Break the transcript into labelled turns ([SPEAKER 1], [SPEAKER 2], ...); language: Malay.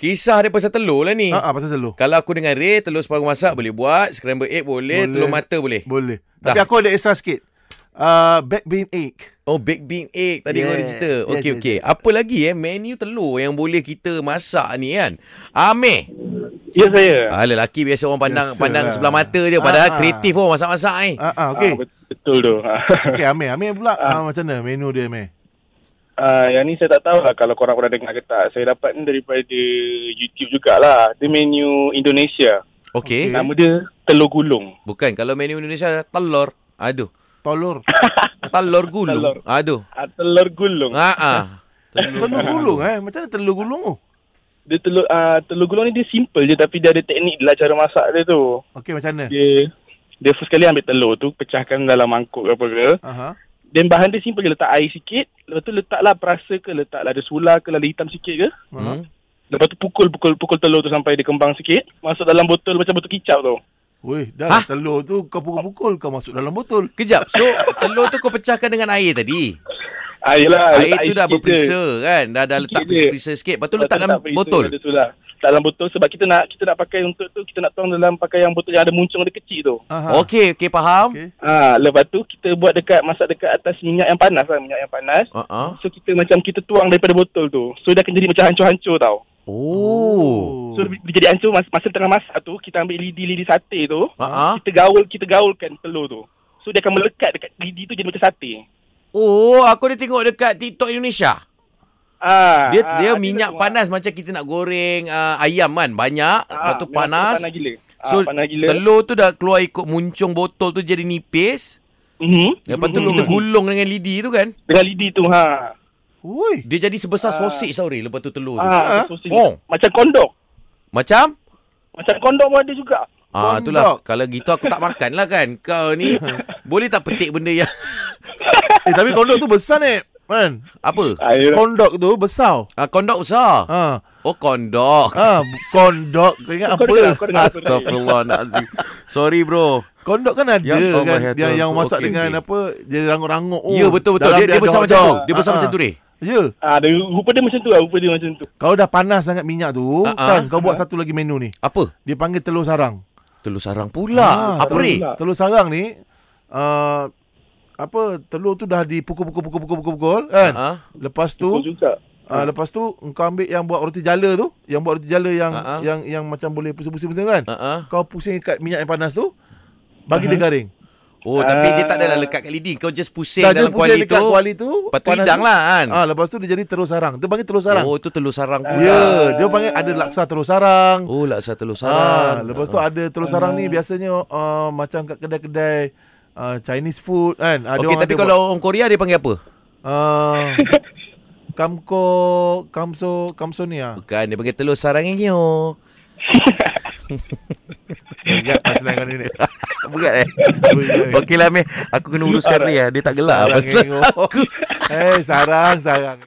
[SPEAKER 1] Kisah dia pasal telur lah ni.
[SPEAKER 2] Ha, ah, pasal telur.
[SPEAKER 1] Kalau aku dengan Ray, telur separuh masak boleh buat. Scramble egg boleh.
[SPEAKER 2] Boleh.
[SPEAKER 1] Telur mata boleh.
[SPEAKER 2] Boleh.
[SPEAKER 1] Dah.
[SPEAKER 2] Tapi aku ada extra sikit. Uh, back bean egg.
[SPEAKER 1] Oh, baked bean egg tadi yes. kau ada
[SPEAKER 2] Yes,
[SPEAKER 1] cerita.
[SPEAKER 2] yes,
[SPEAKER 1] Okey,
[SPEAKER 2] yes,
[SPEAKER 1] okey. Apa lagi eh? Menu telur yang boleh kita masak ni kan? Ameh.
[SPEAKER 3] Ya saya.
[SPEAKER 1] Ah, lelaki biasa orang pandang
[SPEAKER 2] Biasa
[SPEAKER 1] pandang
[SPEAKER 2] lah.
[SPEAKER 1] sebelah mata je. Padahal
[SPEAKER 2] Ah, ah.
[SPEAKER 1] kreatif orang masak-masak eh.
[SPEAKER 2] Ah, ah, okey.
[SPEAKER 3] Ah, bet- betul tu.
[SPEAKER 2] Okey, Amir. Amir pula ah.
[SPEAKER 3] Ah.
[SPEAKER 2] macam mana menu dia, Amir?
[SPEAKER 3] Ah, yang ni saya tak tahu lah kalau korang pernah dengar ke tak. Saya dapat ni daripada YouTube jugalah. Dia menu Indonesia.
[SPEAKER 1] Okey.
[SPEAKER 2] Okey.
[SPEAKER 3] Nama dia telur gulung.
[SPEAKER 1] Bukan kalau menu Indonesia telur. Aduh.
[SPEAKER 2] Tolor.
[SPEAKER 1] Telur gulung.
[SPEAKER 3] Telur.
[SPEAKER 1] Aduh.
[SPEAKER 3] Ah, telur gulung.
[SPEAKER 1] Ha ah.
[SPEAKER 2] telur gulung eh. Macam mana telur gulung tu?
[SPEAKER 3] Dia telur ah, telur gulung ni dia simple je tapi dia ada teknik lah cara masak dia tu.
[SPEAKER 2] Okey, macam mana?
[SPEAKER 3] Dia dia first kali ambil telur tu pecahkan dalam mangkuk ke apa ke.
[SPEAKER 2] Aha.
[SPEAKER 3] Dan bahan dia simple je letak air sikit. Lepas tu letaklah perasa ke letaklah ada sula ke lada hitam sikit ke.
[SPEAKER 2] Aha.
[SPEAKER 1] Hmm.
[SPEAKER 3] Lepas tu pukul pukul pukul telur tu sampai dia kembang sikit. Masuk dalam botol macam botol kicap tu.
[SPEAKER 2] Weh, dah
[SPEAKER 1] Ha?
[SPEAKER 2] lah telur tu kau pukul-pukul kau masuk dalam botol.
[SPEAKER 1] Kejap. So telur tu kau pecahkan dengan air tadi.
[SPEAKER 3] Air lah.
[SPEAKER 1] Air tu
[SPEAKER 3] letak
[SPEAKER 1] dah
[SPEAKER 3] sikit je.
[SPEAKER 1] berperisa kan. Dah dah letak
[SPEAKER 3] Sikit je.
[SPEAKER 1] perisa-perisa sikit. Lepas tu letak dalam
[SPEAKER 3] freezer,
[SPEAKER 1] botol.
[SPEAKER 3] Ada sula. Letak dalam botol sebab kita nak kita nak pakai untuk tu kita nak tuang dalam pakai yang botol yang ada muncung ada kecil tu.
[SPEAKER 2] Aha.
[SPEAKER 1] Ha. Okey, okey faham.
[SPEAKER 2] Okey.
[SPEAKER 3] Ah, lepas tu kita buat dekat masak dekat atas minyak yang panas lah, minyak yang panas.
[SPEAKER 1] Ha ah.
[SPEAKER 3] So kita macam kita tuang daripada botol tu. So dia akan jadi macam hancur-hancur tau.
[SPEAKER 1] Oh.
[SPEAKER 3] So dia dia jadi hancur mas- masa tengah masak tu kita ambil lidi-lidi sate tu.
[SPEAKER 1] Ha ah.
[SPEAKER 3] Kita gaul kita gaulkan telur tu. So dia akan melekat dekat lidi tu jadi macam sate.
[SPEAKER 1] Oh, aku dah tengok dekat TikTok Indonesia.
[SPEAKER 3] Ah,
[SPEAKER 1] Dia
[SPEAKER 3] ah,
[SPEAKER 1] dia
[SPEAKER 3] ada
[SPEAKER 1] minyak
[SPEAKER 3] semua.
[SPEAKER 1] panas macam kita nak goreng uh, ayam kan, banyak,
[SPEAKER 3] Ah,
[SPEAKER 1] lepas tu
[SPEAKER 3] memang
[SPEAKER 1] panas.
[SPEAKER 3] Panas gila.
[SPEAKER 1] So,
[SPEAKER 3] So, ah, panas gila.
[SPEAKER 1] Telur tu dah keluar ikut muncung botol tu jadi nipis.
[SPEAKER 3] Mhm.
[SPEAKER 1] Lepas tu
[SPEAKER 2] Gulung
[SPEAKER 1] kita
[SPEAKER 2] lagi.
[SPEAKER 1] gulung dengan lidi tu kan.
[SPEAKER 3] Dengan lidi tu ha.
[SPEAKER 2] Woi.
[SPEAKER 1] Dia jadi sebesar
[SPEAKER 3] Ah.
[SPEAKER 1] sausage tau Ray, lepas tu telur tu.
[SPEAKER 3] Ah,
[SPEAKER 2] Ah,
[SPEAKER 3] so sini.
[SPEAKER 1] oh.
[SPEAKER 3] Macam kondok.
[SPEAKER 1] Macam?
[SPEAKER 3] Macam kondok pun ada juga.
[SPEAKER 1] Ah
[SPEAKER 2] Kondok.
[SPEAKER 1] itulah kalau gitu aku tak makan lah kan. Kau ni boleh tak petik benda yang
[SPEAKER 2] Eh tapi kondok tu besar ni. Kan?
[SPEAKER 1] apa?
[SPEAKER 3] Ah, ya.
[SPEAKER 2] Kondok tu besar.
[SPEAKER 1] Ah kondok besar.
[SPEAKER 2] Ha.
[SPEAKER 1] Oh kondok.
[SPEAKER 2] Ha, kondok kau ingat
[SPEAKER 3] Kau dengar,
[SPEAKER 2] apa? Ha,
[SPEAKER 3] kau dengar apa tadi?
[SPEAKER 1] Astagfirullahalazim. Sorry bro.
[SPEAKER 2] Kondok kan ada
[SPEAKER 1] Yang- oh,
[SPEAKER 2] kan
[SPEAKER 1] my head
[SPEAKER 2] yang,
[SPEAKER 1] tu.
[SPEAKER 2] yang masak
[SPEAKER 1] Okey,
[SPEAKER 2] dengan
[SPEAKER 1] okey.
[SPEAKER 2] apa dia rangup-rangup.
[SPEAKER 1] ya betul betul.
[SPEAKER 2] dalam
[SPEAKER 1] Dia, dia
[SPEAKER 2] ada
[SPEAKER 1] besar macam
[SPEAKER 2] hotdog.
[SPEAKER 1] tu. Dia besar
[SPEAKER 2] Ah,
[SPEAKER 1] macam
[SPEAKER 2] ah.
[SPEAKER 1] tu Ray.
[SPEAKER 2] Ya.
[SPEAKER 3] Ah, dia, rupa dia macam tu lah. Rupa dia macam tu.
[SPEAKER 2] Kau dah panas sangat minyak tu
[SPEAKER 1] Ah, ah.
[SPEAKER 2] kan kau buat satu lagi menu ni.
[SPEAKER 1] Apa?
[SPEAKER 2] Dia panggil telur sarang.
[SPEAKER 1] Telur sarang pula.
[SPEAKER 2] Ah,
[SPEAKER 1] apa Ray?
[SPEAKER 3] telur
[SPEAKER 2] Telur
[SPEAKER 3] sarang.
[SPEAKER 2] sarang ni uh, apa telur tu dah dipukul-pukul-pukul-pukul-pukul kan.
[SPEAKER 1] Ah,
[SPEAKER 2] Lepas
[SPEAKER 3] Tu
[SPEAKER 2] tu
[SPEAKER 3] juga.
[SPEAKER 2] uh, lepas tu kau ambil yang buat roti jala tu, yang buat roti jala yang
[SPEAKER 1] Ah, ah.
[SPEAKER 2] yang yang macam boleh pusing-pusing kan.
[SPEAKER 1] ah, ah.
[SPEAKER 2] Kau pusing kat minyak yang panas tu bagi dia garing.
[SPEAKER 1] Oh tapi dia tak adalah
[SPEAKER 3] Ah.
[SPEAKER 1] lekat kat lidi. Kau just pusing
[SPEAKER 2] Dah dia
[SPEAKER 1] dalam
[SPEAKER 2] pusing
[SPEAKER 1] kuali tu.
[SPEAKER 2] dekat kuali tu.
[SPEAKER 1] Lepas tu
[SPEAKER 2] panas
[SPEAKER 1] hidang lah kan.
[SPEAKER 2] Ah, lepas tu dia jadi terus sarang. Dia panggil terus sarang.
[SPEAKER 1] Oh tu telur sarang
[SPEAKER 2] Ya,
[SPEAKER 1] pula.
[SPEAKER 2] yeah, dia panggil ada laksa terus sarang.
[SPEAKER 1] Oh laksa telur
[SPEAKER 2] Ah,
[SPEAKER 1] sarang.
[SPEAKER 2] lepas tu ada terus sarang ni biasanya uh, macam kat kedai-kedai uh, Chinese food kan.
[SPEAKER 1] Ah,
[SPEAKER 2] Ada
[SPEAKER 1] Okey tapi kalau orang Korea dia panggil apa?
[SPEAKER 2] uh, kamko kamso kamso ni ah.
[SPEAKER 1] Bukan dia panggil telur sarang nyo.
[SPEAKER 2] Ingat pasal kau ni.
[SPEAKER 1] Berat eh.
[SPEAKER 2] Okey. eh.
[SPEAKER 1] Okey lah meh. Aku kena uruskan dia. Dia tak gelak
[SPEAKER 2] Sarang
[SPEAKER 1] pasal
[SPEAKER 2] ngengo.
[SPEAKER 1] aku.
[SPEAKER 2] Eh, sarang sarang.